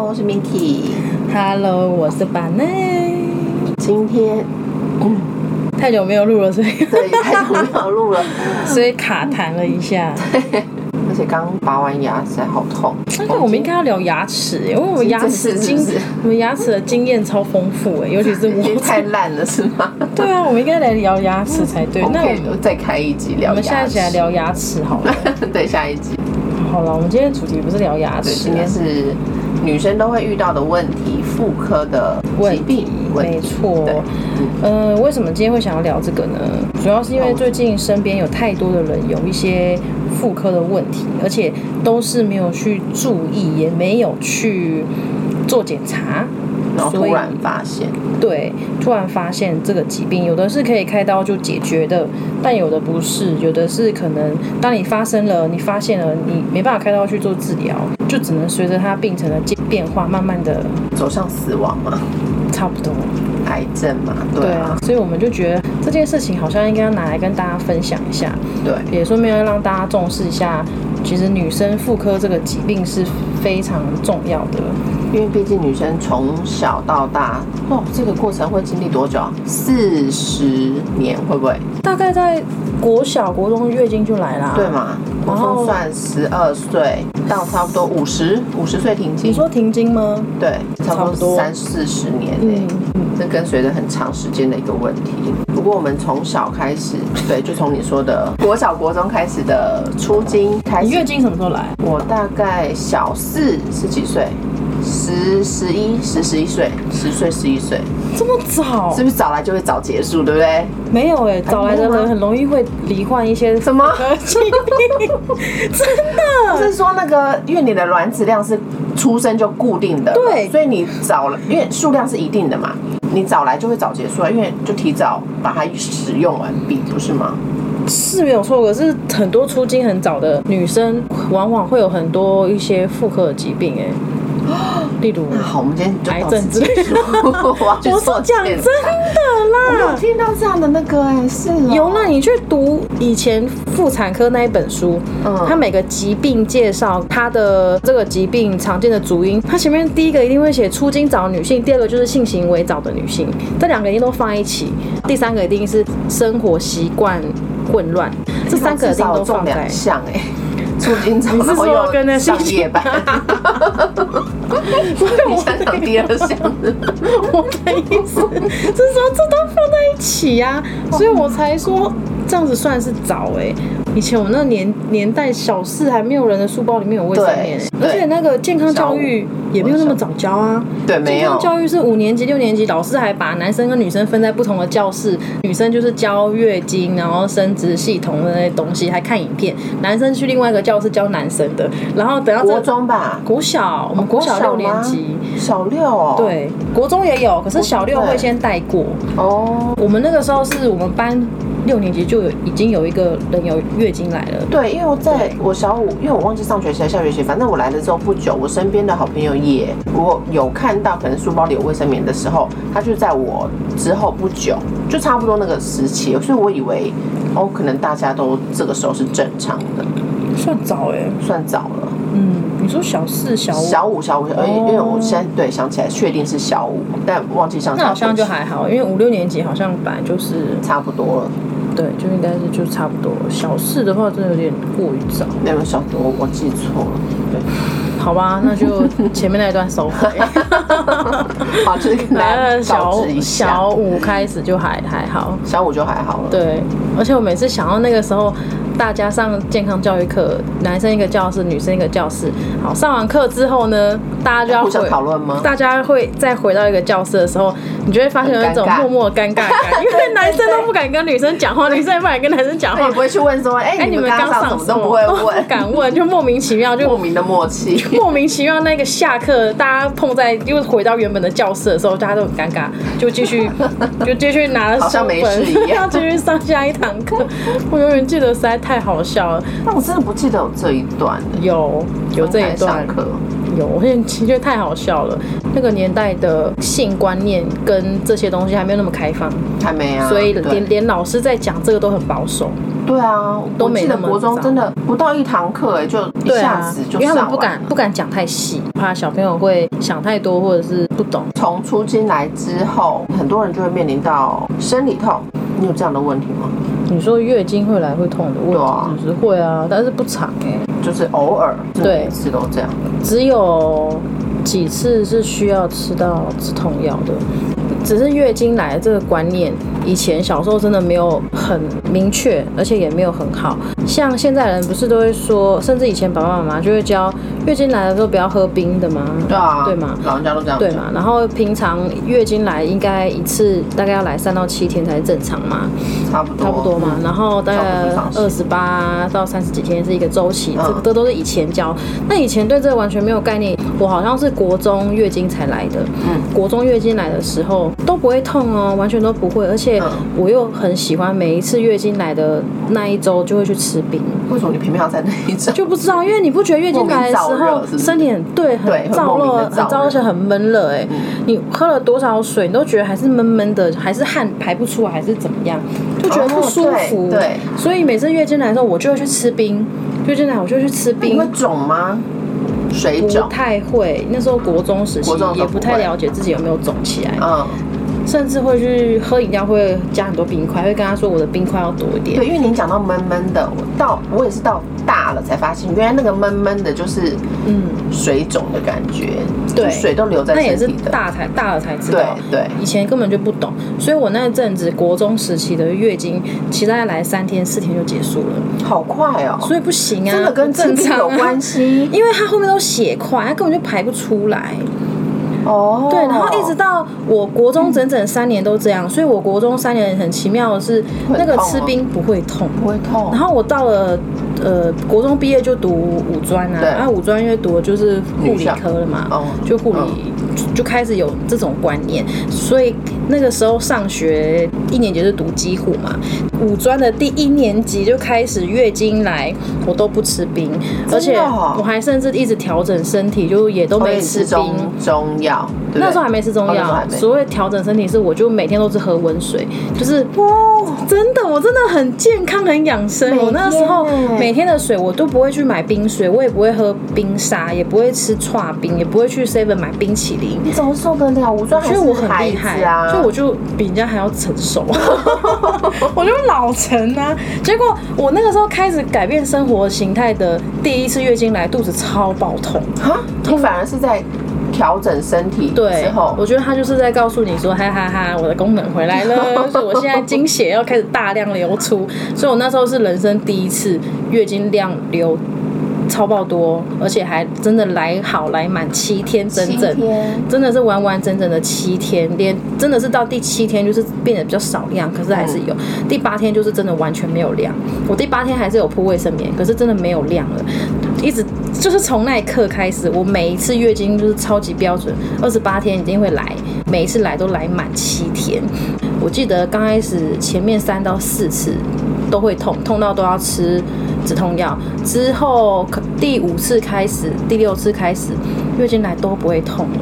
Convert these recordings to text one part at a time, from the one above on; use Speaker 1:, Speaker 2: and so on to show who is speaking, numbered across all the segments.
Speaker 1: 我是 Miki。
Speaker 2: Hello，我是板内。
Speaker 1: 今天，
Speaker 2: 太久没有录了， 所以
Speaker 1: 对，太久没有录了，
Speaker 2: 所以卡痰了一下。
Speaker 1: 而且刚拔完牙，实在好痛。
Speaker 2: 但是我们应该要聊牙齿耶，因为我们牙齿
Speaker 1: 这次是
Speaker 2: 经
Speaker 1: 不是
Speaker 2: 我们牙齿的经验超丰富哎，尤其是
Speaker 1: 已经
Speaker 2: 我。
Speaker 1: 太烂了，是吗？
Speaker 2: 对啊，我们应该来聊牙齿才对。那我
Speaker 1: OK，
Speaker 2: 们
Speaker 1: 再开一集
Speaker 2: 我
Speaker 1: 聊牙齿。
Speaker 2: 们下一集来聊牙齿好 了。
Speaker 1: 对，下一集。
Speaker 2: 好了，我们今天的主题不是聊牙
Speaker 1: 对，
Speaker 2: 齿
Speaker 1: 今
Speaker 2: 啊，
Speaker 1: 天是女生都会遇到的问题，妇科的
Speaker 2: 问
Speaker 1: 疾病问
Speaker 2: 没
Speaker 1: 题。
Speaker 2: 错
Speaker 1: 对，
Speaker 2: 呃，为什么今天会想要聊这个呢？主要是因为最近身边有太多的人有一些妇科的问题，而且都是没有去注意，也没有去做检查，
Speaker 1: 然后
Speaker 2: 所以
Speaker 1: 突然发现，
Speaker 2: 对，突然发现这个疾病，有的是可以开刀就解决的，但有的不是，有的是可能当你发生了，你发现了，你没办法开刀去做治疗，就只能随着它病程的变化，慢慢的
Speaker 1: 走上死亡嘛，
Speaker 2: 差不多。
Speaker 1: 癌症嘛，对
Speaker 2: 对
Speaker 1: 啊
Speaker 2: 啊，，所以我们就觉得这件事情好像应该要拿来跟大家分享一下，
Speaker 1: 对，
Speaker 2: 也顺便要让大家重视一下。其实女生妇科这个疾病是非常重要的，
Speaker 1: 因为毕竟女生从小到大，哦，这个过程会经历多久啊？四十年会不会？
Speaker 2: 大概在国小、国中月经就来啦。
Speaker 1: 对？嘛？我
Speaker 2: 然后
Speaker 1: 说算十二岁到差不多五十五十岁停经
Speaker 2: 你，说停经吗？
Speaker 1: 对，差
Speaker 2: 差
Speaker 1: 不
Speaker 2: 不
Speaker 1: 多
Speaker 2: 多
Speaker 1: 三四十年
Speaker 2: 嗯
Speaker 1: 呢、，这跟随着很长时间的一个问题。不过我们从小开始，对，就从你说的国小、国中开始的出经开
Speaker 2: 你
Speaker 1: 始
Speaker 2: 月，经什么时候来？
Speaker 1: 我大概小四十几岁，十十一十十一岁，十岁十一岁，
Speaker 2: 这么早
Speaker 1: 是？不是早来就会早结束，对不对？
Speaker 2: 没有哎、早来的
Speaker 1: 没有吗
Speaker 2: 人很容易会罹患一些
Speaker 1: 什么
Speaker 2: 妇科疾病，真的。
Speaker 1: 是说那个，因为你的卵子量是出生就固定的，
Speaker 2: 对
Speaker 1: 所以你早了，因为数量是一定的嘛，你早来就会早结束啊，因为就提早把它使用完毕，不是吗？
Speaker 2: 是没有错，可是很多出经很早的女生，往往会有很多一些妇科的疾病、 哎，例如
Speaker 1: 好，我们今天就
Speaker 2: 癌
Speaker 1: 到
Speaker 2: 症
Speaker 1: 此
Speaker 2: 之类
Speaker 1: 结 束。 我要去
Speaker 2: 我
Speaker 1: 做
Speaker 2: 是讲
Speaker 1: 检
Speaker 2: 真
Speaker 1: 查我没
Speaker 2: 的
Speaker 1: 有
Speaker 2: 啦，
Speaker 1: 听到啊这样的那个哎、是哦
Speaker 2: 有啦，你去读以前妇产科那一本书，
Speaker 1: 嗯
Speaker 2: 它每个疾病介绍它的这个疾病常见的主因，它前面第一个一定会写出经早的女性，第二个就是性行为早的女性，这两个一定都放在一起，第三个一定是生活习惯混乱，这三个一
Speaker 1: 至
Speaker 2: 定
Speaker 1: 少
Speaker 2: 都
Speaker 1: 有中
Speaker 2: 放在
Speaker 1: 两。项哎，促进中，
Speaker 2: 你是
Speaker 1: 然后
Speaker 2: 说
Speaker 1: 又
Speaker 2: 跟那
Speaker 1: 上夜 班， 你
Speaker 2: 我
Speaker 1: 想想第二项，
Speaker 2: 我的意思是说这都放在一起呀、
Speaker 1: 哦
Speaker 2: 所以我才说这样子算是早哎、以前我们那个年年代，小事还没有人的书包里面有卫生棉、欸，
Speaker 1: 对
Speaker 2: 而且那个健康教育也没有那么早教啊。
Speaker 1: 对，没
Speaker 2: 健
Speaker 1: 有
Speaker 2: 康。教育是五年级、六年级，老师还把男生跟女生分在不同的教室，女生就是教月经，然后生殖系统的那些东西，还看影片；男生去另外一个教室教男生的，然后等到
Speaker 1: 国
Speaker 2: 这
Speaker 1: 中吧，
Speaker 2: 国小，我们哦国小六年级。
Speaker 1: 吗小六哦，，
Speaker 2: 对，国中也有，可是小六会先带过。
Speaker 1: 哦，
Speaker 2: 我们那个时候是我们班六年级就有已经有一个人有月经来了，
Speaker 1: 对，因为我在
Speaker 2: 对
Speaker 1: 我小五，因为我忘记上学期还是下学期，反正我来了之后不久，我身边的好朋友也，我有看到可能书包里有卫生棉的时候，他就在我之后不久，就差不多那个时期，所以我以为哦，可能大家都这个时候是正常的，
Speaker 2: 算早哎、
Speaker 1: 算早了。
Speaker 2: 嗯，你说小四、小五，
Speaker 1: 小五，小五，而且因
Speaker 2: 哦
Speaker 1: 为我现在对想起来确定是小五，但忘记上
Speaker 2: 那
Speaker 1: 下
Speaker 2: 好像就
Speaker 1: 学期
Speaker 2: 还好，因为五六年级好像本来就是
Speaker 1: 差不多了。
Speaker 2: 对，就应该是就差不多了。小四的话真的有点过于早，
Speaker 1: 没有小多，我记错了。对，
Speaker 2: 好吧，那就前面那一段收回。
Speaker 1: 好，就是跟大
Speaker 2: 来
Speaker 1: 家
Speaker 2: 了小
Speaker 1: 告知一下。
Speaker 2: 小五开始就还还好，
Speaker 1: 小五就还好了。
Speaker 2: 对，而且我每次想到那个时候，大家上健康教育课，男生一个教室，女生一个教室。好，上完课之后呢，大家就要
Speaker 1: 互相
Speaker 2: 回
Speaker 1: 讨论吗
Speaker 2: 大家会再回到一个教室的时候，你就会发现有一种
Speaker 1: 很尴尬
Speaker 2: 默默的尴尬 感，因为男生都不敢跟女生讲话，女生也不敢跟男生讲
Speaker 1: 他
Speaker 2: 话
Speaker 1: 也。不会去问说，哎、
Speaker 2: 哎，
Speaker 1: 你们刚
Speaker 2: 刚
Speaker 1: 上什
Speaker 2: 上
Speaker 1: 么
Speaker 2: 什
Speaker 1: 都
Speaker 2: 么
Speaker 1: 不 会
Speaker 2: 都
Speaker 1: 问
Speaker 2: 不，敢问，就莫名其妙就
Speaker 1: 莫名的默契。
Speaker 2: 莫名其妙那个下课，大家碰在又回到原本的教室的时候，大家都很尴尬，就 继续就继续拿着
Speaker 1: 好
Speaker 2: 书
Speaker 1: 像没事一
Speaker 2: 本，
Speaker 1: 样
Speaker 2: 要继续上下一堂课。我永远记得，实在太好笑了。
Speaker 1: 但我真的不记得有这一段、欸，
Speaker 2: 有有这一
Speaker 1: 公开
Speaker 2: 段
Speaker 1: 上，课，
Speaker 2: 有，我现在觉得太好笑了。那个年代的性观念跟这些东西还没有那么开放，
Speaker 1: 还没啊。
Speaker 2: 所以
Speaker 1: 对
Speaker 2: 连连老师在讲这个都很保守。
Speaker 1: 对啊，
Speaker 2: 都
Speaker 1: 我
Speaker 2: 没
Speaker 1: 记得
Speaker 2: 那么
Speaker 1: 国中
Speaker 2: 早
Speaker 1: 真的不到一堂课，哎，就一
Speaker 2: 对
Speaker 1: 下
Speaker 2: 啊
Speaker 1: 子，就
Speaker 2: 因为他
Speaker 1: 上完
Speaker 2: 们不敢不敢讲太细，怕小朋友会想太多或者是不懂。
Speaker 1: 从出经来之后，很多人就会面临到生理痛。你有这样的问题吗？
Speaker 2: 你说月经会来会痛的问
Speaker 1: 对啊
Speaker 2: 题，只是会啊，但是不长哎、
Speaker 1: 就是偶尔，
Speaker 2: 对
Speaker 1: 每次都这样。
Speaker 2: 只有几次是需要吃到止痛药的。只是月经来这个观念，以前小时候真的没有很明确，而且也没有很好。像现在人不是都会说，甚至以前爸爸妈妈就会教月经来的时候不要喝冰的吗？
Speaker 1: 对啊，
Speaker 2: 对嘛
Speaker 1: 老人家都这样。
Speaker 2: 对？嘛？然后平常月经来应该一次大概要来三到七天才是正常嘛，
Speaker 1: 差不多，
Speaker 2: 差不多嘛。然后大概
Speaker 1: 哦差不多
Speaker 2: 二十八到三十几天是一个周期，
Speaker 1: 嗯
Speaker 2: 这个这都是以前教。那以前对这个完全没有概念，我好像是国中月经才来的。
Speaker 1: 嗯，
Speaker 2: 国中月经来的时候都不会痛哦，完全都不会，而且
Speaker 1: 嗯
Speaker 2: 我又很喜欢每一次月经来的那一周就会去吃冰。
Speaker 1: 为什么你偏偏要在那一种？
Speaker 2: 就不知道，因为你不觉得月经来的时
Speaker 1: 莫名燥热
Speaker 2: 候
Speaker 1: 是不是
Speaker 2: 身体很
Speaker 1: 对
Speaker 2: 对很
Speaker 1: 会
Speaker 2: 燥
Speaker 1: 莫名
Speaker 2: 热，
Speaker 1: 地
Speaker 2: 很
Speaker 1: 燥热嗯
Speaker 2: 燥热，而且很闷热。哎，你喝了多少水，你都觉得还是闷闷的，还是汗排不出来，还是怎么样，就觉得不舒服。
Speaker 1: 哦对对
Speaker 2: 所以每次月经来的时候，我就会去吃冰。月经来我就会去吃
Speaker 1: 你
Speaker 2: 冰
Speaker 1: 会，肿吗？水
Speaker 2: 不
Speaker 1: 肿？
Speaker 2: 太会。那时候国中时期
Speaker 1: 国中的时
Speaker 2: 也
Speaker 1: 候
Speaker 2: 不
Speaker 1: 不
Speaker 2: 太
Speaker 1: 会
Speaker 2: 了解自己有没有肿起来，
Speaker 1: 嗯，
Speaker 2: 甚至会去喝饮料会加很多冰块，会跟他说我的冰块要多一点。
Speaker 1: 对，因为您讲到闷闷的，我到我也是到大了才发现，原来那个闷闷的就是
Speaker 2: 嗯，
Speaker 1: 水肿的感觉，
Speaker 2: 对
Speaker 1: 就水都留在
Speaker 2: 那也
Speaker 1: 身
Speaker 2: 是
Speaker 1: 体的。
Speaker 2: 大才大了才知
Speaker 1: 对
Speaker 2: 道。
Speaker 1: 对，
Speaker 2: 以前根本就不懂，所以我那阵子国中时期的月经，其实大概来三天四天就结束了，
Speaker 1: 好快哦，
Speaker 2: 所以不行啊，
Speaker 1: 真的跟
Speaker 2: 不正
Speaker 1: 治病
Speaker 2: 常、啊、
Speaker 1: 有关 系
Speaker 2: 因为它后面都血块，它根本就排不出来。
Speaker 1: 哦。
Speaker 2: 对，然后一直到我国中整整三年都这样，所以我国中三年很奇妙的是，
Speaker 1: 会
Speaker 2: 那个
Speaker 1: 痛哦
Speaker 2: 吃
Speaker 1: 吗
Speaker 2: 冰不会痛，
Speaker 1: 不会痛，
Speaker 2: 然后我到了呃国中毕业就读五专啊，
Speaker 1: 对
Speaker 2: 啊五专因为读的就是护理科了嘛
Speaker 1: 女校哦，嗯
Speaker 2: 就护理、就开始有这种观念，所以那个时候上学一年级是读基护嘛，五专的第一年级就开始月经来，我都不吃冰，
Speaker 1: 的哦
Speaker 2: 而且我还甚至一直调整身体，就也都
Speaker 1: 所以
Speaker 2: 没
Speaker 1: 你
Speaker 2: 吃
Speaker 1: 吃
Speaker 2: 冰。
Speaker 1: 中中药，对不对
Speaker 2: 那时候还没吃中
Speaker 1: 哦那时候
Speaker 2: 药
Speaker 1: 还，没
Speaker 2: 所谓调整身体是，我就每天都是喝温水，就是
Speaker 1: 哦，
Speaker 2: 真的，我真的很健康，很养生。
Speaker 1: 每天
Speaker 2: 我那时候
Speaker 1: 欸
Speaker 2: 每天的水，我都不会去买冰水，我也不会喝冰沙，也不会吃串冰，也不会去 Seven 买冰淇淋。
Speaker 1: 你怎么受得了？我说
Speaker 2: 所
Speaker 1: 还
Speaker 2: 以我
Speaker 1: 是
Speaker 2: 很
Speaker 1: 孩
Speaker 2: 厉害
Speaker 1: 子啊，
Speaker 2: 所以我就比人家还要 成熟，我就老成啊。结果我那个时候开始改变生活形态的第一次月经来，肚子超爆痛。
Speaker 1: 啊，你反而是在调整身体之
Speaker 2: 对
Speaker 1: 后，，
Speaker 2: 我觉得他就是在告诉你说，哈哈哈我的功能回来了，所以我现在经血要开始大量流出，所以我那时候是人生第一次月经量流超爆多，而且还真的来好来满七天，整整
Speaker 1: 七天
Speaker 2: 真的是完完整整的七天，连真的是到第七天就是变得比较少量，可是还是有。第八天就是真的完全没有量，我第八天还是有铺卫生棉，可是真的没有量了。一直就是从那一刻开始，我每一次月经就是超级标准，二十八天一定会来，每一次来都来满七天。我记得刚开始前面三到四次都会痛，痛到都要吃止痛药。之后可第五次开始，第六次开始月经来都不会痛了，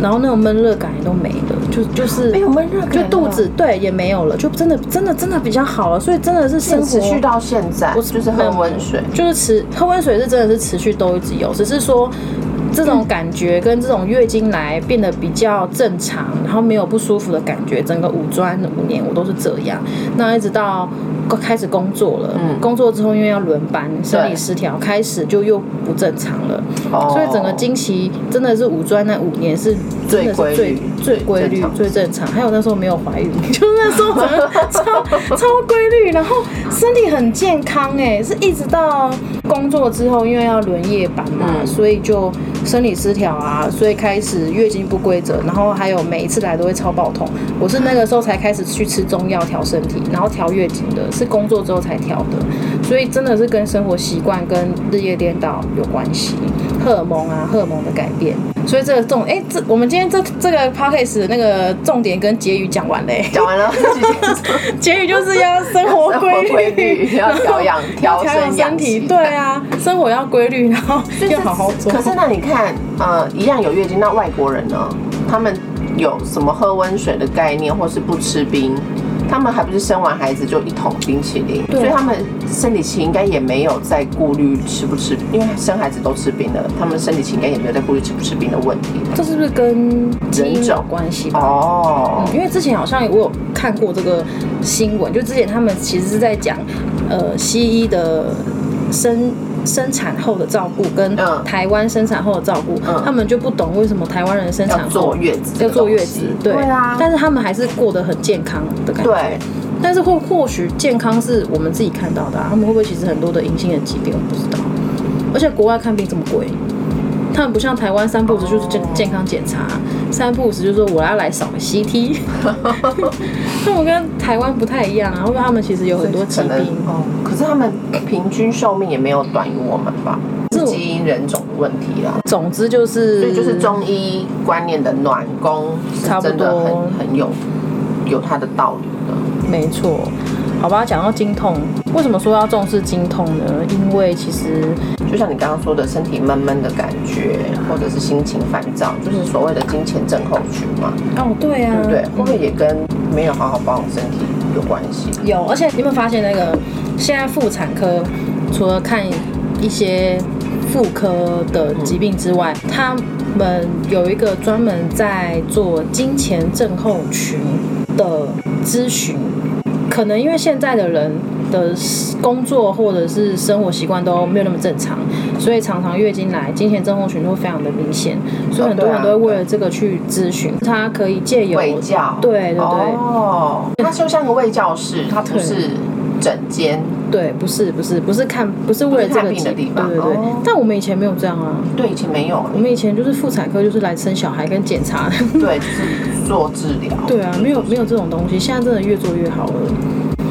Speaker 2: 然后那种闷热感也都没了，就就是
Speaker 1: 没有闷热感啊
Speaker 2: 就
Speaker 1: 了
Speaker 2: 肚子对也没有了，就真的真的真的比较好了。所以真的是生
Speaker 1: 是
Speaker 2: 活
Speaker 1: 持续到现在，就是喝温水，
Speaker 2: 就是持喝温水是真的是持续都一直有，只是说这种感觉跟这种月经来变得比较正常，然后没有不舒服的感觉。整个五专五年我都是这样，那一直到开始工作了，
Speaker 1: 嗯
Speaker 2: 工作之后因为要轮班，生理
Speaker 1: 对
Speaker 2: 失调开始就又不正常了，
Speaker 1: 哦
Speaker 2: 所以整个经期真的是五专那五年是真
Speaker 1: 最
Speaker 2: 的是
Speaker 1: 规律
Speaker 2: 最规
Speaker 1: 最
Speaker 2: 律
Speaker 1: 正常
Speaker 2: 最正常。还有那时候没有怀 孕，就是那时候整个超超规律，然后身体很健康哎、是一直到工作之后，因为要轮夜班嘛，
Speaker 1: 嗯
Speaker 2: 所以就生理失调啊，所以开始月经不规则，然后还有每一次来都会超爆痛。我是那个时候才开始去吃中药调身体，然后调月经的，是工作之后才调的，所以真的是跟生活习惯跟日夜颠倒有关系，荷尔蒙啊，荷尔蒙的改变。所以这个重哎、这我们今天这这个 podcast 的那个重点跟结语讲完嘞、
Speaker 1: 讲完了，谢谢
Speaker 2: 结语就是要生活规
Speaker 1: 生活规律
Speaker 2: 然
Speaker 1: 要
Speaker 2: 后
Speaker 1: 调养调
Speaker 2: 要 调养
Speaker 1: 身养
Speaker 2: 身体，
Speaker 1: 息
Speaker 2: 对啊，生活要规律，然后要好好做。
Speaker 1: 可是那你看，呃，一样有月经，那外国人呢？他们有什么喝温水的概念，或是不吃冰？他们还不是生完孩子就一桶冰淇淋，
Speaker 2: 对
Speaker 1: 所以他们生理期应该也没有在顾虑吃不吃，因为生孩子都吃冰了，他们生理期应该也没有在顾虑吃不吃冰的问题。
Speaker 2: 这是不是跟基因
Speaker 1: 人
Speaker 2: 有
Speaker 1: 种
Speaker 2: 关系吧？
Speaker 1: 哦，
Speaker 2: 因为之前好像我有看过这个新闻，就之前他们其实是在讲，呃，西医的生生产后的照顾跟
Speaker 1: 嗯
Speaker 2: 台湾生产后的照顾，
Speaker 1: 嗯
Speaker 2: 他们就不懂为什么台湾人生
Speaker 1: 要
Speaker 2: 产
Speaker 1: 坐
Speaker 2: 后
Speaker 1: 月子这
Speaker 2: 要
Speaker 1: 个
Speaker 2: 坐
Speaker 1: 东西，
Speaker 2: 月子，对
Speaker 1: 啊，
Speaker 2: 但是他们还是过得很健康的感觉。
Speaker 1: 对，
Speaker 2: 但是或或许健康是我们自己看到的、啊，他们会不会其实很多的隐性的疾病我不知道，而且国外看病这么贵。他们不像台湾三不五时就是
Speaker 1: 哦
Speaker 2: 健健康检查，啊三不五时就说我要来扫 个 CT，他们跟台湾不太一样啊，因为他们其实有很多疾
Speaker 1: 可能
Speaker 2: 病，
Speaker 1: 哦，可是他们平均寿命也没有短于我们吧？
Speaker 2: 是
Speaker 1: 是
Speaker 2: 我
Speaker 1: 基因人种的问题啦。
Speaker 2: 总之就是
Speaker 1: 所以就是中医观念的暖宫是
Speaker 2: 差不
Speaker 1: 真的
Speaker 2: 多
Speaker 1: 很很有有它的道理的。
Speaker 2: 没错，好吧，讲到经痛，为什么说要重视经痛呢？因为其实
Speaker 1: 就像你刚刚说的，身体闷闷的感觉，或者是心情烦躁，就是所谓的金钱症候群嘛，
Speaker 2: 哦对啊，
Speaker 1: 对不对？会不会也跟没有好好保养身体有关系？
Speaker 2: 有，而且你有没有发现那个现在妇产科除了看一些妇科的疾病之外，他们有一个专门在做金钱症候群的咨询。可能因为现在的哦啊人的工作或者是生活习惯都没有那么正常，所以常常月经来，金钱症候群都非常的明显，所以很多人都会为了这个去咨询，他可以借由
Speaker 1: 卫教，
Speaker 2: 对对对
Speaker 1: 哦，它就像个卫教室，它不
Speaker 2: 对
Speaker 1: 是整间，
Speaker 2: 对，不是不是不是看不是为了
Speaker 1: 不是
Speaker 2: 这
Speaker 1: 看
Speaker 2: 个
Speaker 1: 病的
Speaker 2: 疾
Speaker 1: 地方
Speaker 2: 对对对。
Speaker 1: 哦
Speaker 2: 但我们以前没有这样啊，
Speaker 1: 对，以前没 有，
Speaker 2: 我们以前就是妇产科就是来生小孩跟检查，
Speaker 1: 对，就是做治疗，
Speaker 2: 对啊，没有没有这种东西，现在真的越做越好了。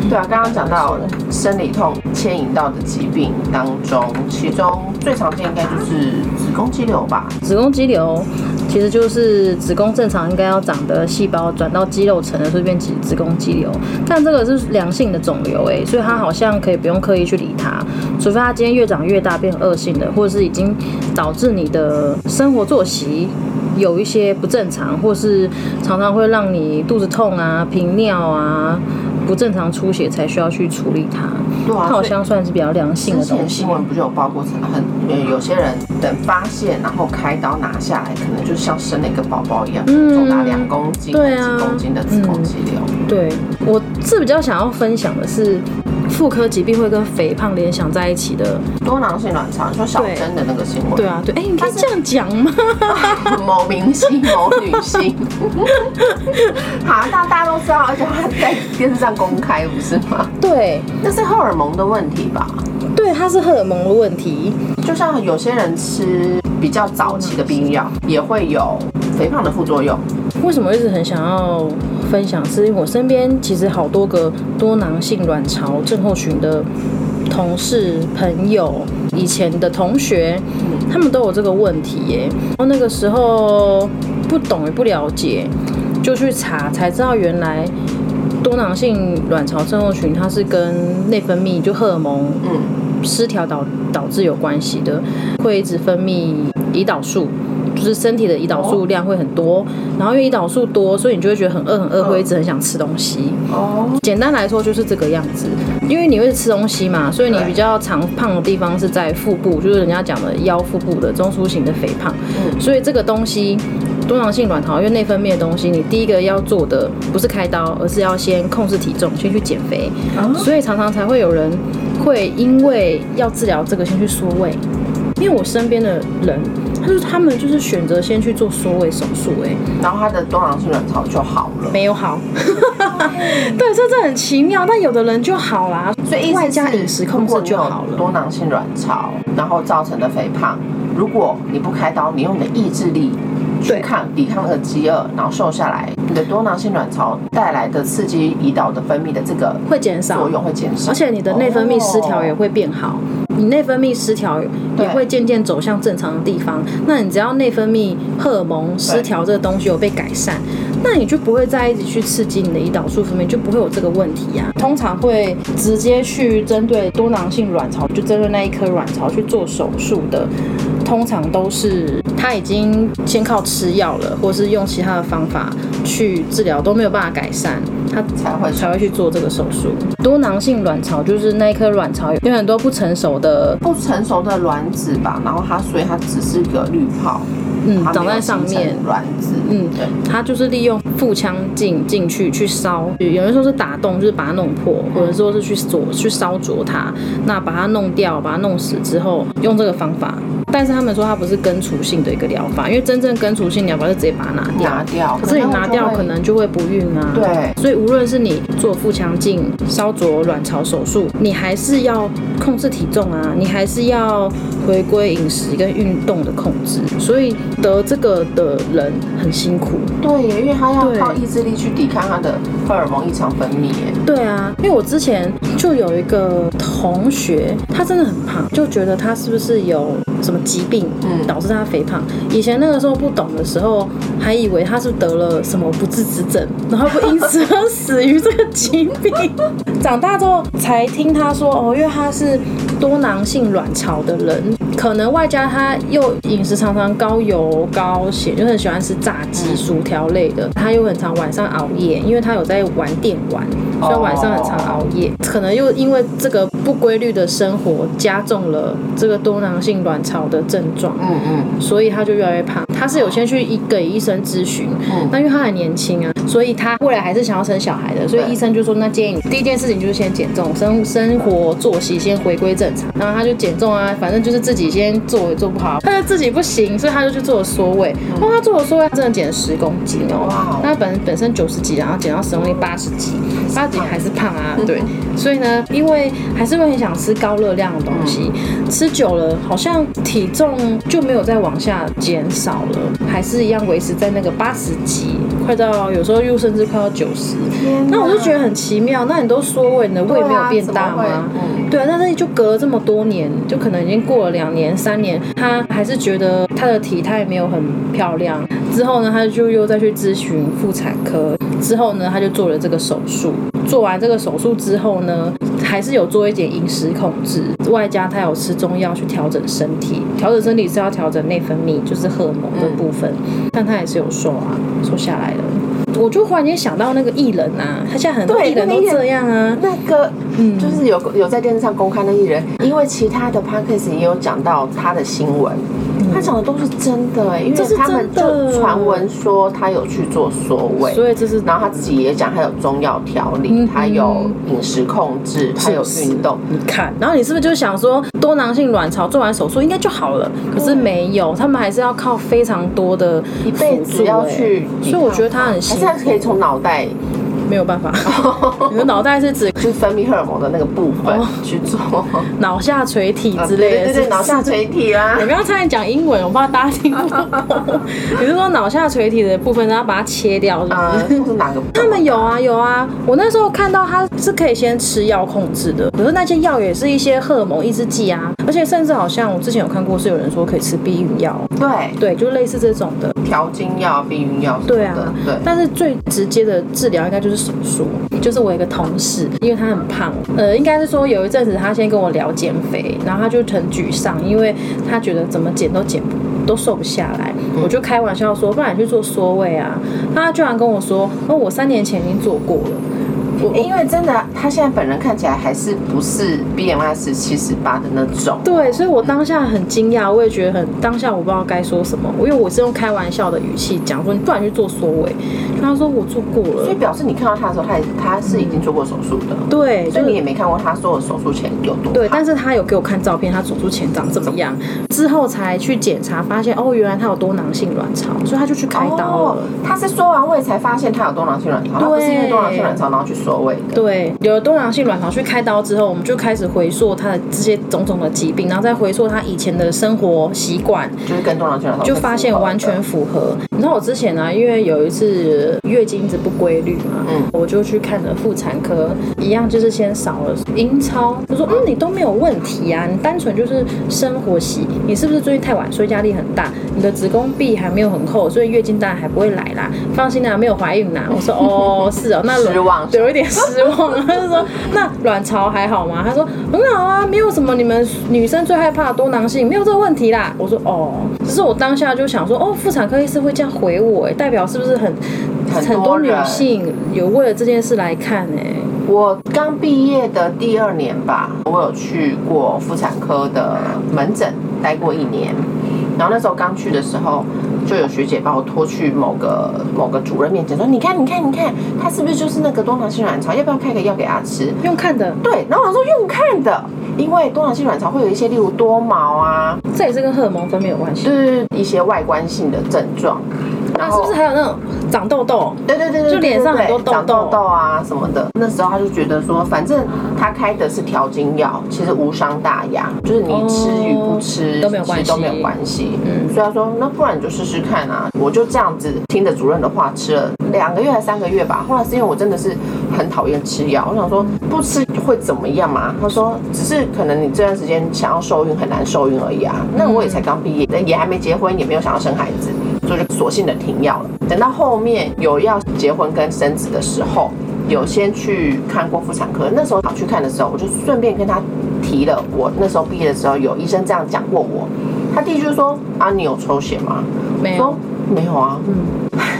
Speaker 1: 对啊，刚刚讲到生理痛牵引到的疾病当中，其中最常见应该就是子宫肌瘤吧？
Speaker 2: 子宫肌瘤其实就是子宫正常应该要长的细胞转到肌肉层了，所以变子子宫肌瘤。但这个是良性的肿瘤哎、所以它好像可以不用刻意去理它，除非它今天越长越大变恶性的，或者是已经导致你的生活作息。有一些不正常，或是常常会让你肚子痛啊、频尿啊、不正常出血，才需要去处理它。
Speaker 1: 对
Speaker 2: 它
Speaker 1: 啊，
Speaker 2: 好
Speaker 1: 所以
Speaker 2: 像算是比较良性
Speaker 1: 之
Speaker 2: 的东
Speaker 1: 前
Speaker 2: 西
Speaker 1: 新。闻不就有报过，很呃有些人等发现然后开刀拿下来，可能就像生了一个宝宝一样，重达两公斤、
Speaker 2: 嗯对啊
Speaker 1: 几公斤的子宫肌瘤。
Speaker 2: 对我是比较想要分享的是，妇科疾病会跟肥胖联想在一起的。
Speaker 1: 多囊性卵巢，你说小珍的那个新闻，
Speaker 2: 对啊，对，哎、你可以这样讲吗？
Speaker 1: 某明 星、某女星， 好，那大家都知道，而且他在电视上公开，不是吗？
Speaker 2: 对，
Speaker 1: 那是荷尔蒙的问题吧？
Speaker 2: 对，它是荷尔蒙的问题。
Speaker 1: 就像有些人吃比较早期的避孕药，也会有肥胖的副作用。
Speaker 2: 为什么一直很想要分享？是因为我身边其实好多个多囊性卵巢症候群的同事、朋友、以前的同学，他们都有这个问题耶。然后那个时候不懂也不了解，就去查才知道原来。多囊性卵巢症候群，它是跟内分泌就荷尔蒙
Speaker 1: 嗯，
Speaker 2: 失调导导致有关系的，会一直分泌胰岛素，就是身体的胰岛素量会很多，然后因为胰岛素多，所以你就会觉得很饿很饿，
Speaker 1: 嗯
Speaker 2: 会一直很想吃东西。
Speaker 1: 哦，
Speaker 2: 简单来说就是这个样子，因为你会吃东西嘛，所以你
Speaker 1: 对
Speaker 2: 比较常胖的地方是在腹部，就是人家讲的腰腹部的中枢型的肥胖。
Speaker 1: 嗯
Speaker 2: 所以这个东西，多囊性卵巢因为内分泌的东西，你第一个要做的不是开刀，而是要先控制体重，先去减肥。
Speaker 1: 啊
Speaker 2: 所以常常才会有人会因为要治疗这个先去缩胃，因为我身边的人，他就是他们就是选择先去做缩胃手术、哎，
Speaker 1: 然后他的多囊性卵巢就好了。
Speaker 2: 没有好， 对，这这很奇妙。但有的人就好啦，
Speaker 1: 所以意思
Speaker 2: 外加
Speaker 1: 是
Speaker 2: 饮食控制就好
Speaker 1: 如果你有
Speaker 2: 了。
Speaker 1: 多囊性卵巢，然后造成的肥胖，如果你不开刀，你用你的意志力去
Speaker 2: 对
Speaker 1: 抗抵抗那个饥饿，然后瘦下来，你的多囊性卵巢带来的刺激胰岛的分泌的这个
Speaker 2: 会减少
Speaker 1: 作，用会减少，
Speaker 2: 而且你的内分泌失调也
Speaker 1: 哦
Speaker 2: 会变好，你内分泌失调也会渐渐走向正常的地方。那你只要内分泌荷尔蒙失调这个东西有被改善，那你就不会再一直去刺激你的胰岛素分泌，就不会有这个问题呀、通常会直接去针对多囊性卵巢，就针对那一颗卵巢去做手术的。通常都是他已经先靠吃药了，或是用其他的方法去治疗，都没有办法改善，他
Speaker 1: 才会
Speaker 2: 才会去做这个手术。多囊性卵巢就是那一颗卵巢有很多不成熟的，
Speaker 1: 不成熟的卵子吧，然后它所以它只是个滤泡，
Speaker 2: 嗯，
Speaker 1: 它没有
Speaker 2: 长在上
Speaker 1: 形成
Speaker 2: 面。
Speaker 1: 卵子，
Speaker 2: 嗯
Speaker 1: 对，
Speaker 2: 它就是利用腹腔镜进去去烧，有人说是打洞，就是把它弄破；有人说是去灼去烧灼它，那把它弄掉，把它弄死之后，用这个方法。但是他们说它不是根除性的一个疗法，因为真正根除性疗法是直接把它拿掉。
Speaker 1: 拿掉，
Speaker 2: 可是你拿掉
Speaker 1: 就会
Speaker 2: 可能就会不孕啊。
Speaker 1: 对
Speaker 2: 所以无论是你做腹腔镜、烧灼卵巢手术，你还是要控制体重啊，你还是要回归饮食跟运动的控制。所以得这个的人很辛苦。
Speaker 1: 对耶，因为它要
Speaker 2: 对
Speaker 1: 靠意志力去抵抗它的荷尔蒙异常分泌耶，
Speaker 2: 对啊，因为我之前就有一个同学，他真的很胖，就觉得他是不是有什么疾病，
Speaker 1: 嗯
Speaker 2: 导致他肥胖。以前那个时候不懂的时候，还以为他是得了什么不治之症，然后会因此而死于这个疾病。长大之后才听他说，哦，因为他是多囊性卵巢的人，可能外加他又饮食常常高油高咸，就很喜欢吃炸鸡、薯条类的，他又很常晚上熬夜，因为他有在玩电玩。所以晚上很常熬夜，可能又因为这个不规律的生活加重了这个多囊性卵巢的症状，
Speaker 1: 嗯嗯
Speaker 2: 所以他就越来越胖。他是有先去一给医生咨询，
Speaker 1: 嗯，
Speaker 2: 那因为他很年轻啊，所以他未来还是想要生小孩的，所以
Speaker 1: 对
Speaker 2: 医生就说，那建议你第一件事情就是先减重，生生活作息先回归正常。然后他就减重啊，反正就是自己先做也做不好，他就自己不行，所以他就去做了缩胃。哇，他做了缩胃，他真的减了十公斤
Speaker 1: 嗯
Speaker 2: 哦。
Speaker 1: 哇哦
Speaker 2: 那本本身九十几，然后减到使用率八十几，八十几还是胖啊，对。所以呢，因为还是会很想吃高热量的东西，
Speaker 1: 嗯
Speaker 2: 吃久了好像体重就没有再往下减少了，还是一样维持在那个八十几，快到有时候又甚至快到九十。
Speaker 1: 天哪
Speaker 2: 那我就觉得很奇妙，那你都说胃，你的胃没有变大
Speaker 1: 对啊怎
Speaker 2: 吗？
Speaker 1: 么会嗯
Speaker 2: 对啊，但是就隔了这么多年，就可能已经过了两年、三年，他还是觉得他的体态没有很漂亮。之后呢，他就又再去咨询妇产科。之后呢，他就做了这个手术。做完这个手术之后呢，还是有做一点饮食控制，外加他有吃中药去调整身体。调整身体是要调整内分泌，就是荷尔蒙的部分，但他也是有瘦啊，瘦下来了。我就忽然间想到那个艺人啊，他现在很多
Speaker 1: 对
Speaker 2: 艺人
Speaker 1: 那
Speaker 2: 都
Speaker 1: 个艺人
Speaker 2: 这样啊，
Speaker 1: 那个，嗯，就是有有在电视上公开的艺人，因为其他的 podcast 也有讲到他的新闻，他讲的都是真的、欸，因
Speaker 2: 嗯这是
Speaker 1: 为他们
Speaker 2: 真的
Speaker 1: 就传闻说他有去做缩胃，
Speaker 2: 所以这是
Speaker 1: 然后他自己也讲，他有中药调理，
Speaker 2: 嗯
Speaker 1: 他有饮食控制，他有运动，
Speaker 2: 你看，然后你是不是就想说多囊性卵巢做完手术应该就好了？可是没有，他们还是要靠非常多的
Speaker 1: 一辈子要去
Speaker 2: 辅
Speaker 1: 抵抗它，
Speaker 2: 助欸所以我觉得他很
Speaker 1: 还
Speaker 2: 辛
Speaker 1: 是
Speaker 2: 苦
Speaker 1: 他，可以从脑袋
Speaker 2: 没有办 法。你的脑袋是指
Speaker 1: 就是分泌荷尔蒙的那个部分
Speaker 2: 哦
Speaker 1: 去 做呃
Speaker 2: 脑下垂体之类的，
Speaker 1: 啊对对
Speaker 2: 是不
Speaker 1: 对，
Speaker 2: 是
Speaker 1: 脑 下。垂体啊啦
Speaker 2: 你，不要差点讲英文，我怕大家听不懂。你是说脑下垂体的部分，然后把它切掉，是不
Speaker 1: 呃，
Speaker 2: 是？
Speaker 1: 或是哪个部分？
Speaker 2: 他们有啊有啊，我那时候看到他是可以先吃药控制的，可是那些药也是一些荷尔蒙抑制剂啊，而且甚至好像我之前有看过是有人说可以吃避孕药，
Speaker 1: 对
Speaker 2: 对，就类似这种的，
Speaker 1: 调经药、避孕药什么
Speaker 2: 对
Speaker 1: 的
Speaker 2: 啊，，
Speaker 1: 对。
Speaker 2: 但是最直接的治疗应该就是手术，就是我有一个同事，因为他很胖，呃，应该是说有一阵子他先跟我聊减肥，然后他就很沮丧，因为他觉得怎么减都减不都瘦不下来，我就开玩笑说，不然你去做缩胃啊，他居然跟我说，哦，我三年前已经做过了。我我
Speaker 1: 欸因为真的，他现在本人看起来还是不是 BMI 十七十八的那种，
Speaker 2: 对，所以我当下很惊讶，我也觉得很当下，我不知道该说什么，因为我是用开玩笑的语气讲说，你不然去做缩尾，就他说我做过
Speaker 1: 所以
Speaker 2: 了，
Speaker 1: 表示你看到他的时候，他也他是已经做过手术的，
Speaker 2: 对，
Speaker 1: 所
Speaker 2: 就
Speaker 1: 以你也
Speaker 2: 是。
Speaker 1: 没看过他做的手术前有多
Speaker 2: 嗯对，
Speaker 1: 胖
Speaker 2: 但是他有给我看照片，他手术前长怎么样，之后才去检查，发现哦，原来他有多囊性卵巢，所以他就去开刀
Speaker 1: 哦
Speaker 2: 了。，
Speaker 1: 他是缩完胃才发现他有多囊性卵巢，他不是因为多囊性卵巢然后去缩胃的。
Speaker 2: 对，有了多囊性卵巢去开刀之后，我们就开始回溯他的这些种种的疾病，然后再回溯他以前的生活习惯，
Speaker 1: 就是跟多囊性卵巢
Speaker 2: 就发现完全符合。你知道我之前呢、因为有一次月经一直不规律嘛，
Speaker 1: 嗯
Speaker 2: 我就去看了妇产科，一样就是先扫了阴超，我说嗯，你都没有问题啊，你单纯就是生活习，你是不是最近太晚睡，压力很大，你的子宫壁还没有很厚，所以月经当然还不会来啦，放心啊啦、没有怀孕啦。我说哦，是哦，那
Speaker 1: 失望
Speaker 2: 对有一点失望啊。他就说：“那卵巢还好吗？”他说：“很好啊，没有什么你们女生最害怕的多囊性，没有这个问题啦。”我说：“哦，只是我当下就想说，哦，妇产科医师会这样回我、哎，代表是不是很
Speaker 1: 很
Speaker 2: 很
Speaker 1: 多
Speaker 2: 多女
Speaker 1: 人
Speaker 2: 性有为了这件事来看哎、
Speaker 1: 我刚毕业的第二年吧，我有去过妇产科的门诊待过一年，然后那时候刚去的时候，就有学姐把我拖去某个某个主任面前说：“你看，你看，你看，她是不是就是那个多囊性卵巢？要不要开个药给她吃？”
Speaker 2: 用看的，
Speaker 1: 对，然后我说用看的，因为多囊性卵巢会有一些，例如多毛啊，
Speaker 2: 这也是跟荷尔蒙分泌有关系。
Speaker 1: 就是一些外观性的症状。然
Speaker 2: 那
Speaker 1: 后
Speaker 2: 是不是还有那种长痘痘？
Speaker 1: 对对对对，
Speaker 2: 就脸上很多
Speaker 1: 对对对
Speaker 2: 痘痘
Speaker 1: 长痘啊什么的。那时候他就觉得说，反正他开的是调经药，其实无伤大雅，就是你吃与不吃、
Speaker 2: 哦都没有关系
Speaker 1: 其实都没有关系。
Speaker 2: 嗯
Speaker 1: 所以他说，那不然你就试试看啊。我就这样子听着主任的话吃了两个月还三个月吧。后来是因为我真的是很讨厌吃药，我想说不吃会怎么样嘛？他说只是可能你这段时间想要受孕很难受孕而已啊。那我也才刚毕业，也还没结婚，也没有想要生孩子，所以就索性的停药了。等到后面有要结婚跟生子的时候。有先去看过妇产科，那时候想去看的时候，我就顺便跟他提了，我那时候毕业的时候有医生这样讲过我，他第一句就说啊，你有抽血吗？
Speaker 2: 没
Speaker 1: 我
Speaker 2: 有
Speaker 1: 说。没有啊，
Speaker 2: 嗯，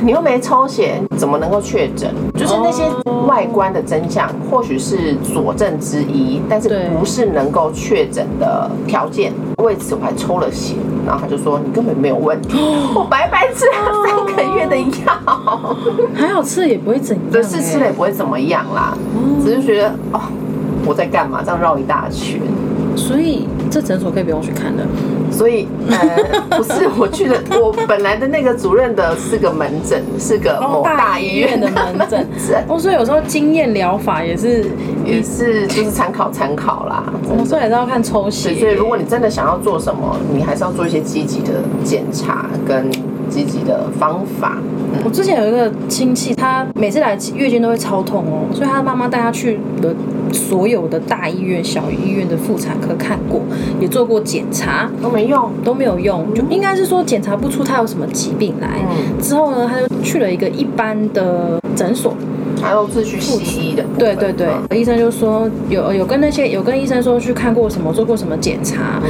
Speaker 1: 你又没抽血，怎么能够确诊？就是那些
Speaker 2: 哦
Speaker 1: 外观的真相，或许是佐证之一，但是
Speaker 2: 对
Speaker 1: 不是能够确诊的条件。为此我还抽了血，然后他就说你根本没有问 题，我白白吃
Speaker 2: 哦
Speaker 1: 了三个月的 药，
Speaker 2: 还好吃了也不会怎样、欸。
Speaker 1: 对，是吃了也不会怎么样啦，只是觉得哦，我在干嘛？这样绕一大圈。
Speaker 2: 所以这诊所可以不用去看的。
Speaker 1: 所以呃，不是我去的， 我本来的那个主任的是个门诊，是个某哦大医院的门诊，
Speaker 2: 哦，所以有时候经验疗法也是，
Speaker 1: 也是就是参考参考啦。真
Speaker 2: 哦
Speaker 1: 的
Speaker 2: 所以还是要看抽血
Speaker 1: 对，。所以如果你真的想要做什么，你还是要做一些积极的检查跟积极的方法。嗯
Speaker 2: 我之前有一个亲戚，她每次来月经都会超痛哦，所以她妈妈带她去了所有的大医院、小医院的妇产科看过，也做过检查，
Speaker 1: 都没用，
Speaker 2: 都没有用，就应该是说检查不出她有什么疾病来。
Speaker 1: 嗯，
Speaker 2: 之后呢，她就去了一个一般的诊所，
Speaker 1: 嗯还有是去西医的部分。
Speaker 2: 对对对
Speaker 1: 嗯，
Speaker 2: 医生就说有有跟那些有跟医生说去看过什么，做过什么检查，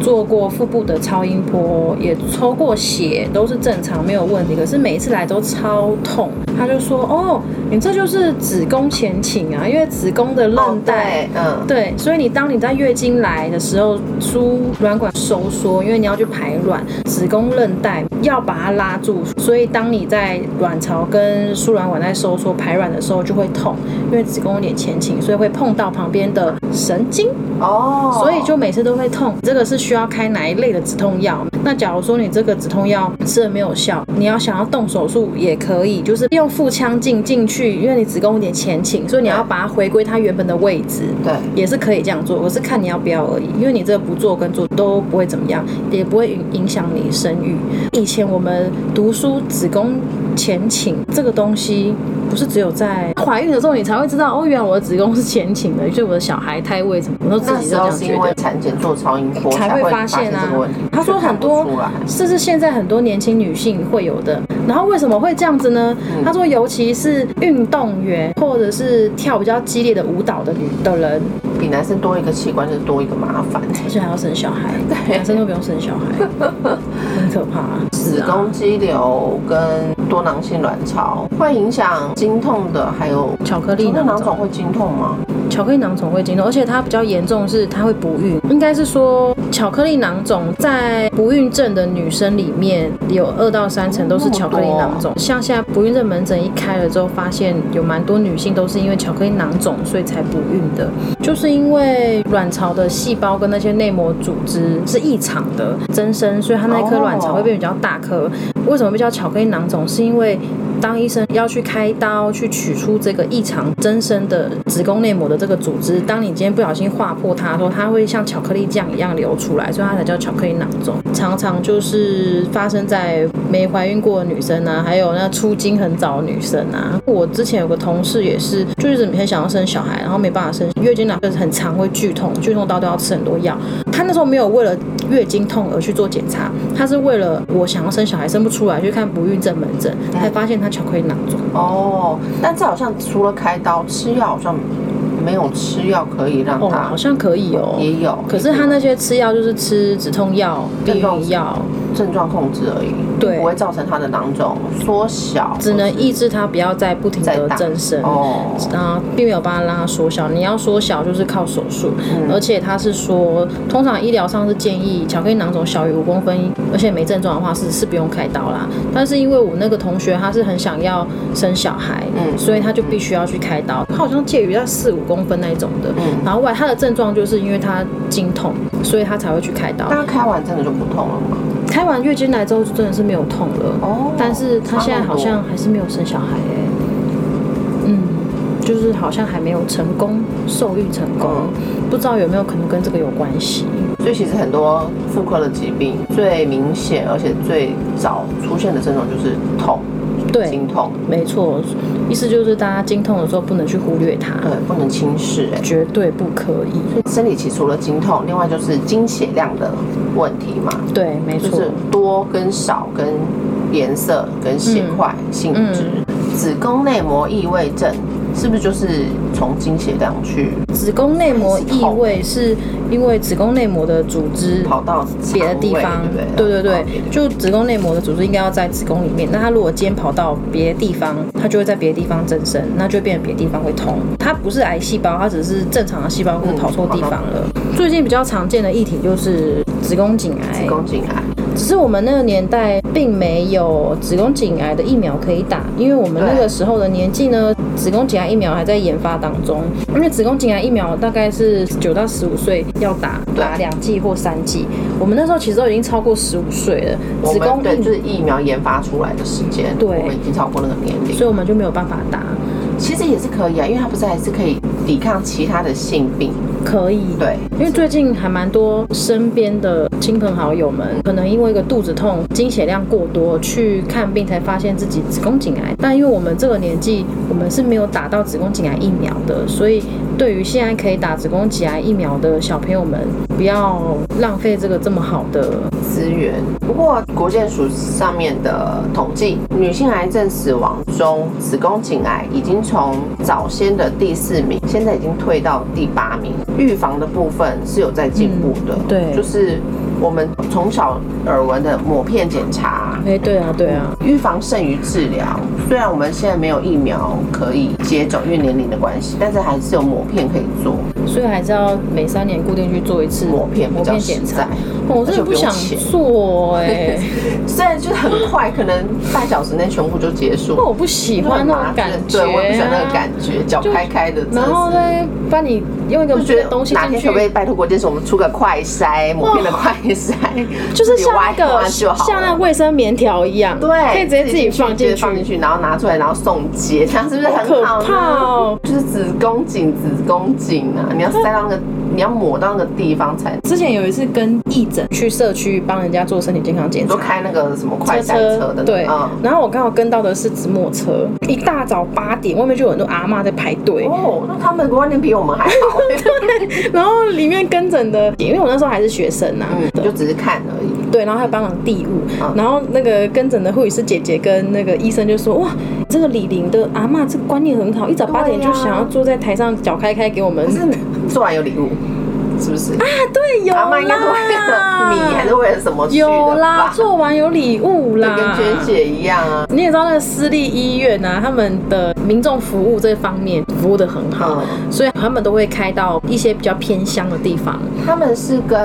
Speaker 2: 做过腹部的超音波，也抽过血，都是正常没有问题。可是每一次来都超痛，他就说哦，你这就是子宫前倾啊，因为子宫的
Speaker 1: 哦
Speaker 2: 韧带。
Speaker 1: 对，嗯，
Speaker 2: 对，所以你当你在月经来的时候，输卵管收缩，因为你要去排卵，子宫韧带要把它拉住，所以当你在卵巢跟输卵管在收缩排卵的时候就会痛，因为子宫有点前倾，所以会碰到旁边的神经，
Speaker 1: 哦，
Speaker 2: 所以就每次都会痛。这个是需要开哪一类的止痛药？那假如说你这个止痛药吃了没有效，你要想要动手术也可以，就是用腹腔镜进去，因为你子宫有点前倾，所以你要把它回归它原本的位置。
Speaker 1: 对，
Speaker 2: 也是可以这样做，可是看你要不要而已。因为你这个不做跟做都不会怎么样，也不会影影响你生育。以前我们读书子宫前倾这个东西，不是只有在怀孕的时候你才会知道哦，原来我的子宫是前倾的，所以我的小孩胎位什么，我都自
Speaker 1: 那
Speaker 2: 己就
Speaker 1: 时
Speaker 2: 这
Speaker 1: 候
Speaker 2: 样
Speaker 1: 是
Speaker 2: 觉
Speaker 1: 因为
Speaker 2: 得。
Speaker 1: 产检做超音波
Speaker 2: 才
Speaker 1: 才
Speaker 2: 会
Speaker 1: 会
Speaker 2: 发
Speaker 1: 发
Speaker 2: 现
Speaker 1: 现
Speaker 2: 啊
Speaker 1: 这个问题。
Speaker 2: 他说
Speaker 1: 看
Speaker 2: 很
Speaker 1: 不
Speaker 2: 多
Speaker 1: 出来，
Speaker 2: 这是现在很多年轻女性会有的。然后为什么会这样子呢？他说，尤其是运动员或者是跳比较激烈的舞蹈的女的人，
Speaker 1: 比男生多一个器官就是多一个麻烦。
Speaker 2: 而且还要生小孩，
Speaker 1: 对
Speaker 2: 男生都不用生小孩，很可怕、啊。
Speaker 1: 子宫肌瘤跟多囊性卵巢会影响经痛的，还有
Speaker 2: 巧克力
Speaker 1: 那
Speaker 2: 囊
Speaker 1: 囊肿
Speaker 2: 肿，
Speaker 1: 会经痛吗？
Speaker 2: 巧克力囊肿会经痛，而且它比较严重是它会不孕，应该是说巧克力囊肿在不孕症的女生里面有二到三成都是巧克力囊肿。像现在不孕症门诊一开了之后，发现有蛮多女性都是因为巧克力囊肿所以才不孕的，就是因为卵巢的细胞跟那些内膜组织是异常的增生，所以它那颗
Speaker 1: 哦
Speaker 2: 卵巢会变比较大颗。为什么被叫巧克力囊肿？是因为当医生要去开刀去取出这个异常增生的子宫内膜的这个组织，当你今天不小心划破它的时候，它会像巧克力酱一样流出来，所以它才叫巧克力囊肿。常常就是发生在没怀孕过的女生啊，还有那出经很早的女生啊。我之前有个同事也是，就是很想要生小孩，然后没办法生，月经来就是很常会剧痛，剧痛到都要吃很多药。她那时候没有为了月经痛而去做检查，她是为了我想要生小孩生不出来，去看不孕症门诊，才发现她巧克力囊肿。
Speaker 1: 哦，但这好像除了开刀吃药，好像没有吃药可以让
Speaker 2: 哦，
Speaker 1: 它
Speaker 2: 好像可以哦。
Speaker 1: 也有，
Speaker 2: 可是她那些吃药就是吃止痛药、避孕药，
Speaker 1: 症状控制而已。
Speaker 2: 对
Speaker 1: 不会造成它的囊肿缩小，
Speaker 2: 只能抑
Speaker 1: 直
Speaker 2: 制它不要再不停
Speaker 1: 在
Speaker 2: 的
Speaker 1: 打
Speaker 2: 增生。
Speaker 1: 哦，
Speaker 2: 啊，并没有办法让它缩小。你要缩小就是靠手术，
Speaker 1: 嗯
Speaker 2: 而且他是说，通常医疗上是建议巧克力囊肿小于五公分，而且没症状的话是是不用开刀啦。但是因为我那个同学他是很想要生小孩，
Speaker 1: 嗯
Speaker 2: 所以他就必须要去开刀，他好像介于在四五公分那一种的。
Speaker 1: 嗯
Speaker 2: 然后外他的症状就是因为他经痛，所以他才会去开刀。
Speaker 1: 那开完真的就不痛了吗？
Speaker 2: 开完月经来之后就真的是没有痛了，
Speaker 1: 哦
Speaker 2: 但是他现在好像还是没有生小孩哎、嗯，就是好像还没有成功受孕成功，
Speaker 1: 嗯
Speaker 2: 不知道有没有可能跟这个有关系。
Speaker 1: 所以其实很多妇科的疾病最明显而且最早出现的症状就是痛，
Speaker 2: 对，
Speaker 1: 经痛，
Speaker 2: 没错，意思就是大家经痛的时候不能去忽略它，
Speaker 1: 对，嗯不能轻视、哎，
Speaker 2: 绝对不可以。
Speaker 1: 生理期除了经痛，另外就是经血量的问题嘛，
Speaker 2: 对，没
Speaker 1: 就
Speaker 2: 错
Speaker 1: 是，多跟少跟颜色跟血块、
Speaker 2: 嗯
Speaker 1: 性质、子宫内膜异位症是不是就是从经血量去
Speaker 2: 子宫内膜异位是因为子宫内膜的组织
Speaker 1: 跑到
Speaker 2: 别的地方
Speaker 1: 肠胃，对不
Speaker 2: 对对
Speaker 1: 对哦
Speaker 2: 对，就子宫内膜的组织应该要在子宫里面，那它如果今天跑到别的地方，它就会在别的地方增生，那就会变成别的地方会痛。它不是癌细胞，它只是正常的细胞，或者跑错地方了。最近比较常见的议题就是嗯子宫颈癌
Speaker 1: 子，宫颈癌，
Speaker 2: 只是我们那个年代并没有子宫颈癌的疫苗可以打，因为我们
Speaker 1: 对
Speaker 2: 那个时候的年纪呢，子宫颈癌疫苗还在研发当中。因为子宫颈癌疫苗大概是九到十五岁要打，
Speaker 1: 对
Speaker 2: 打两剂或三剂。我们那时候其实都已经超过十五岁了，
Speaker 1: 我
Speaker 2: 子
Speaker 1: 们
Speaker 2: 宫嗯
Speaker 1: 对
Speaker 2: 疫
Speaker 1: 就
Speaker 2: 苗，
Speaker 1: 是疫苗研发出来的时间，
Speaker 2: 对
Speaker 1: 我们已经超过那个年龄，
Speaker 2: 所以我们就没有办法打。
Speaker 1: 其实也是可以啊，因为它不是还是可以抵抗其他的性病，
Speaker 2: 可以，
Speaker 1: 对，
Speaker 2: 因为最近还蛮多身边的亲朋好友们，可能因为一个肚子痛、经血量过多去看病，才发现自己子宫颈癌。但因为我们这个年纪，我们是没有打到子宫颈癌疫苗的，所以对于现在可以打子宫颈癌疫苗的小朋友们，不要浪费这个这么好的。
Speaker 1: 资源。不过，国健署上面的统计，女性癌症死亡中，子宫颈癌已经从早先的第四名，现在已经退到第八名。预防的部分是有在进步的，
Speaker 2: 对
Speaker 1: 就是我们从小耳闻的抹片检查。
Speaker 2: 哎，对啊，对啊，
Speaker 1: 预防胜于治疗，虽然我们现在没有疫苗可以接种，因为年龄的关系，但是还是有抹片可以做。
Speaker 2: 所以还是要每三年固定去做一次
Speaker 1: 抹片比
Speaker 2: 抹
Speaker 1: 较
Speaker 2: 片
Speaker 1: 实
Speaker 2: 检
Speaker 1: 在
Speaker 2: 查。，哦我真的 不想做哎、
Speaker 1: 虽然就是很快，可能半小时内全部就结束
Speaker 2: 因为。我不喜欢那种感觉、啊，
Speaker 1: 对，我也不喜欢那个感觉，脚
Speaker 2: 就
Speaker 1: 开开的，真的
Speaker 2: 然后
Speaker 1: 是。
Speaker 2: 再帮你用一个
Speaker 1: 就觉
Speaker 2: 东
Speaker 1: 得
Speaker 2: 西
Speaker 1: 哪
Speaker 2: 进
Speaker 1: 天可不可以
Speaker 2: 去，
Speaker 1: 拜托国健署，我们出个快筛，抹片的快筛，
Speaker 2: 就是
Speaker 1: 自己
Speaker 2: 像
Speaker 1: 挖
Speaker 2: 那
Speaker 1: 一挖
Speaker 2: 个
Speaker 1: 就好
Speaker 2: 像那
Speaker 1: 了。
Speaker 2: 卫生棉条一样，
Speaker 1: 对，
Speaker 2: 可以直接自己放进
Speaker 1: 直接放进
Speaker 2: 去。
Speaker 1: 去，然后拿出来，然后送结，这样是不是
Speaker 2: 可
Speaker 1: 很好呢？
Speaker 2: 怕哦
Speaker 1: 就是子宫颈，子宫颈啊，你要塞到那个，你要抹到那个地方才，
Speaker 2: 之前有一次跟义诊去社区帮人家做身体健康检
Speaker 1: 你说
Speaker 2: 查，
Speaker 1: 开那个什么快筛车的那个，
Speaker 2: 对
Speaker 1: 嗯，
Speaker 2: 然后我刚好跟到的是纸墨车，一大早八点外面就有很多阿嬷在排队，
Speaker 1: 哦，那他们的观念比我们还 好，
Speaker 2: 然后里面跟诊的，因为我那时候还是学生啊，
Speaker 1: 嗯，就只是看而已。
Speaker 2: 对，然后还有帮忙递物，
Speaker 1: 嗯
Speaker 2: 然后那个跟诊的护理师姐姐跟那个医生就说：“哇，这个李玲的阿嬷这个观念很好，一早八点
Speaker 1: 对
Speaker 2: 就
Speaker 1: 呀
Speaker 2: 想要坐在台上脚开开给我们。”啊
Speaker 1: 可是做完有礼物，是不是？
Speaker 2: 对，有
Speaker 1: 阿妈应该是为了 你，还是为了什么去的吧？
Speaker 2: 有啦，做完有礼物
Speaker 1: 就
Speaker 2: 啦，
Speaker 1: 跟娟姐一样啊。
Speaker 2: 你也知道，那个私立医院啊，他们的民众服务这方面服务的很好，
Speaker 1: 嗯
Speaker 2: 所以他们都会开到一些比较偏乡的地方。
Speaker 1: 他们是跟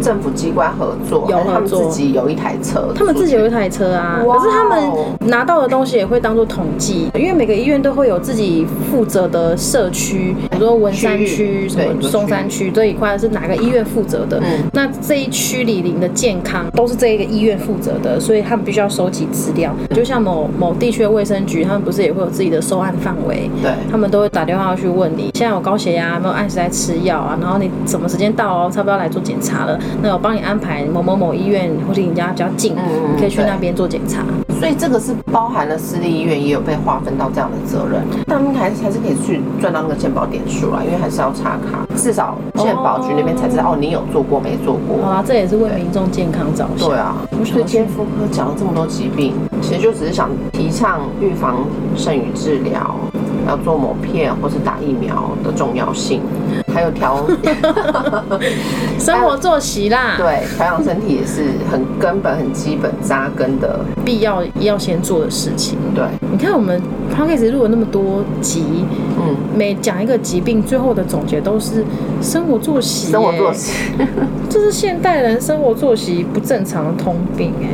Speaker 1: 政府机关合作，
Speaker 2: 有
Speaker 1: 还是他们
Speaker 2: 合作
Speaker 1: 自己有一台车，
Speaker 2: 他们自己有一台车啊，
Speaker 1: 哇哦
Speaker 2: 可是他们拿到的东西也会当做统计，因为每个医院都会有自己负责的社区，比如说文山
Speaker 1: 区
Speaker 2: 区、
Speaker 1: 域
Speaker 2: 什么
Speaker 1: 对
Speaker 2: 松山区这一块是哪个医院负责的
Speaker 1: 嗯。
Speaker 2: 那这一区李林的健康都是这一个医院负责的，所以他们必须要收集资料。就像某某地区的卫生局，他们不是也会有自己的收案范围？
Speaker 1: 对。
Speaker 2: 他们都会打电话去问你，现在有高血压，有没有按时在吃药啊？然后你什么时间到哦，差不多要来做检查了，那我帮你安排某某某医院或者你家比较近，
Speaker 1: 嗯
Speaker 2: 你可以去那边做检查。
Speaker 1: 所以这个是包含了私立医院也有被划分到这样的责任，他们还是还是可以去赚到那个健保点数啊啦，因为还是要插卡，至少健保局那边才知道哦，你有做过没做
Speaker 2: 好啊
Speaker 1: 过。
Speaker 2: 啦，这也是为民众健康着想。
Speaker 1: 对啊，所以今天妇科讲了这么多疾病，其实就只是想提倡预防胜于治疗，要做抹片或是打疫苗的重要性，还有调
Speaker 2: 生活作息啦，
Speaker 1: 对调养身体也是很根本、很基本扎根的。
Speaker 2: 必要要先做的事情。
Speaker 1: 对，
Speaker 2: 你看我们 p o d c a s 录了那么多集，
Speaker 1: 嗯，
Speaker 2: 每讲一个疾病，最后的总结都是生活作息、
Speaker 1: 生活作，息，
Speaker 2: 这是现代人生活作息不正常的通病哎、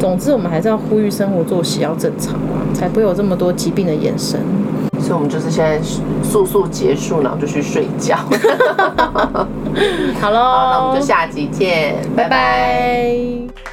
Speaker 2: 总之，我们还是要呼吁生活作息要正常啊，才不会有这么多疾病的衍生。
Speaker 1: 所以我们就是现在速速结束，然后就去睡觉。
Speaker 2: 好喽，
Speaker 1: 好，那我们就下集见，拜
Speaker 2: 拜
Speaker 1: 拜
Speaker 2: 拜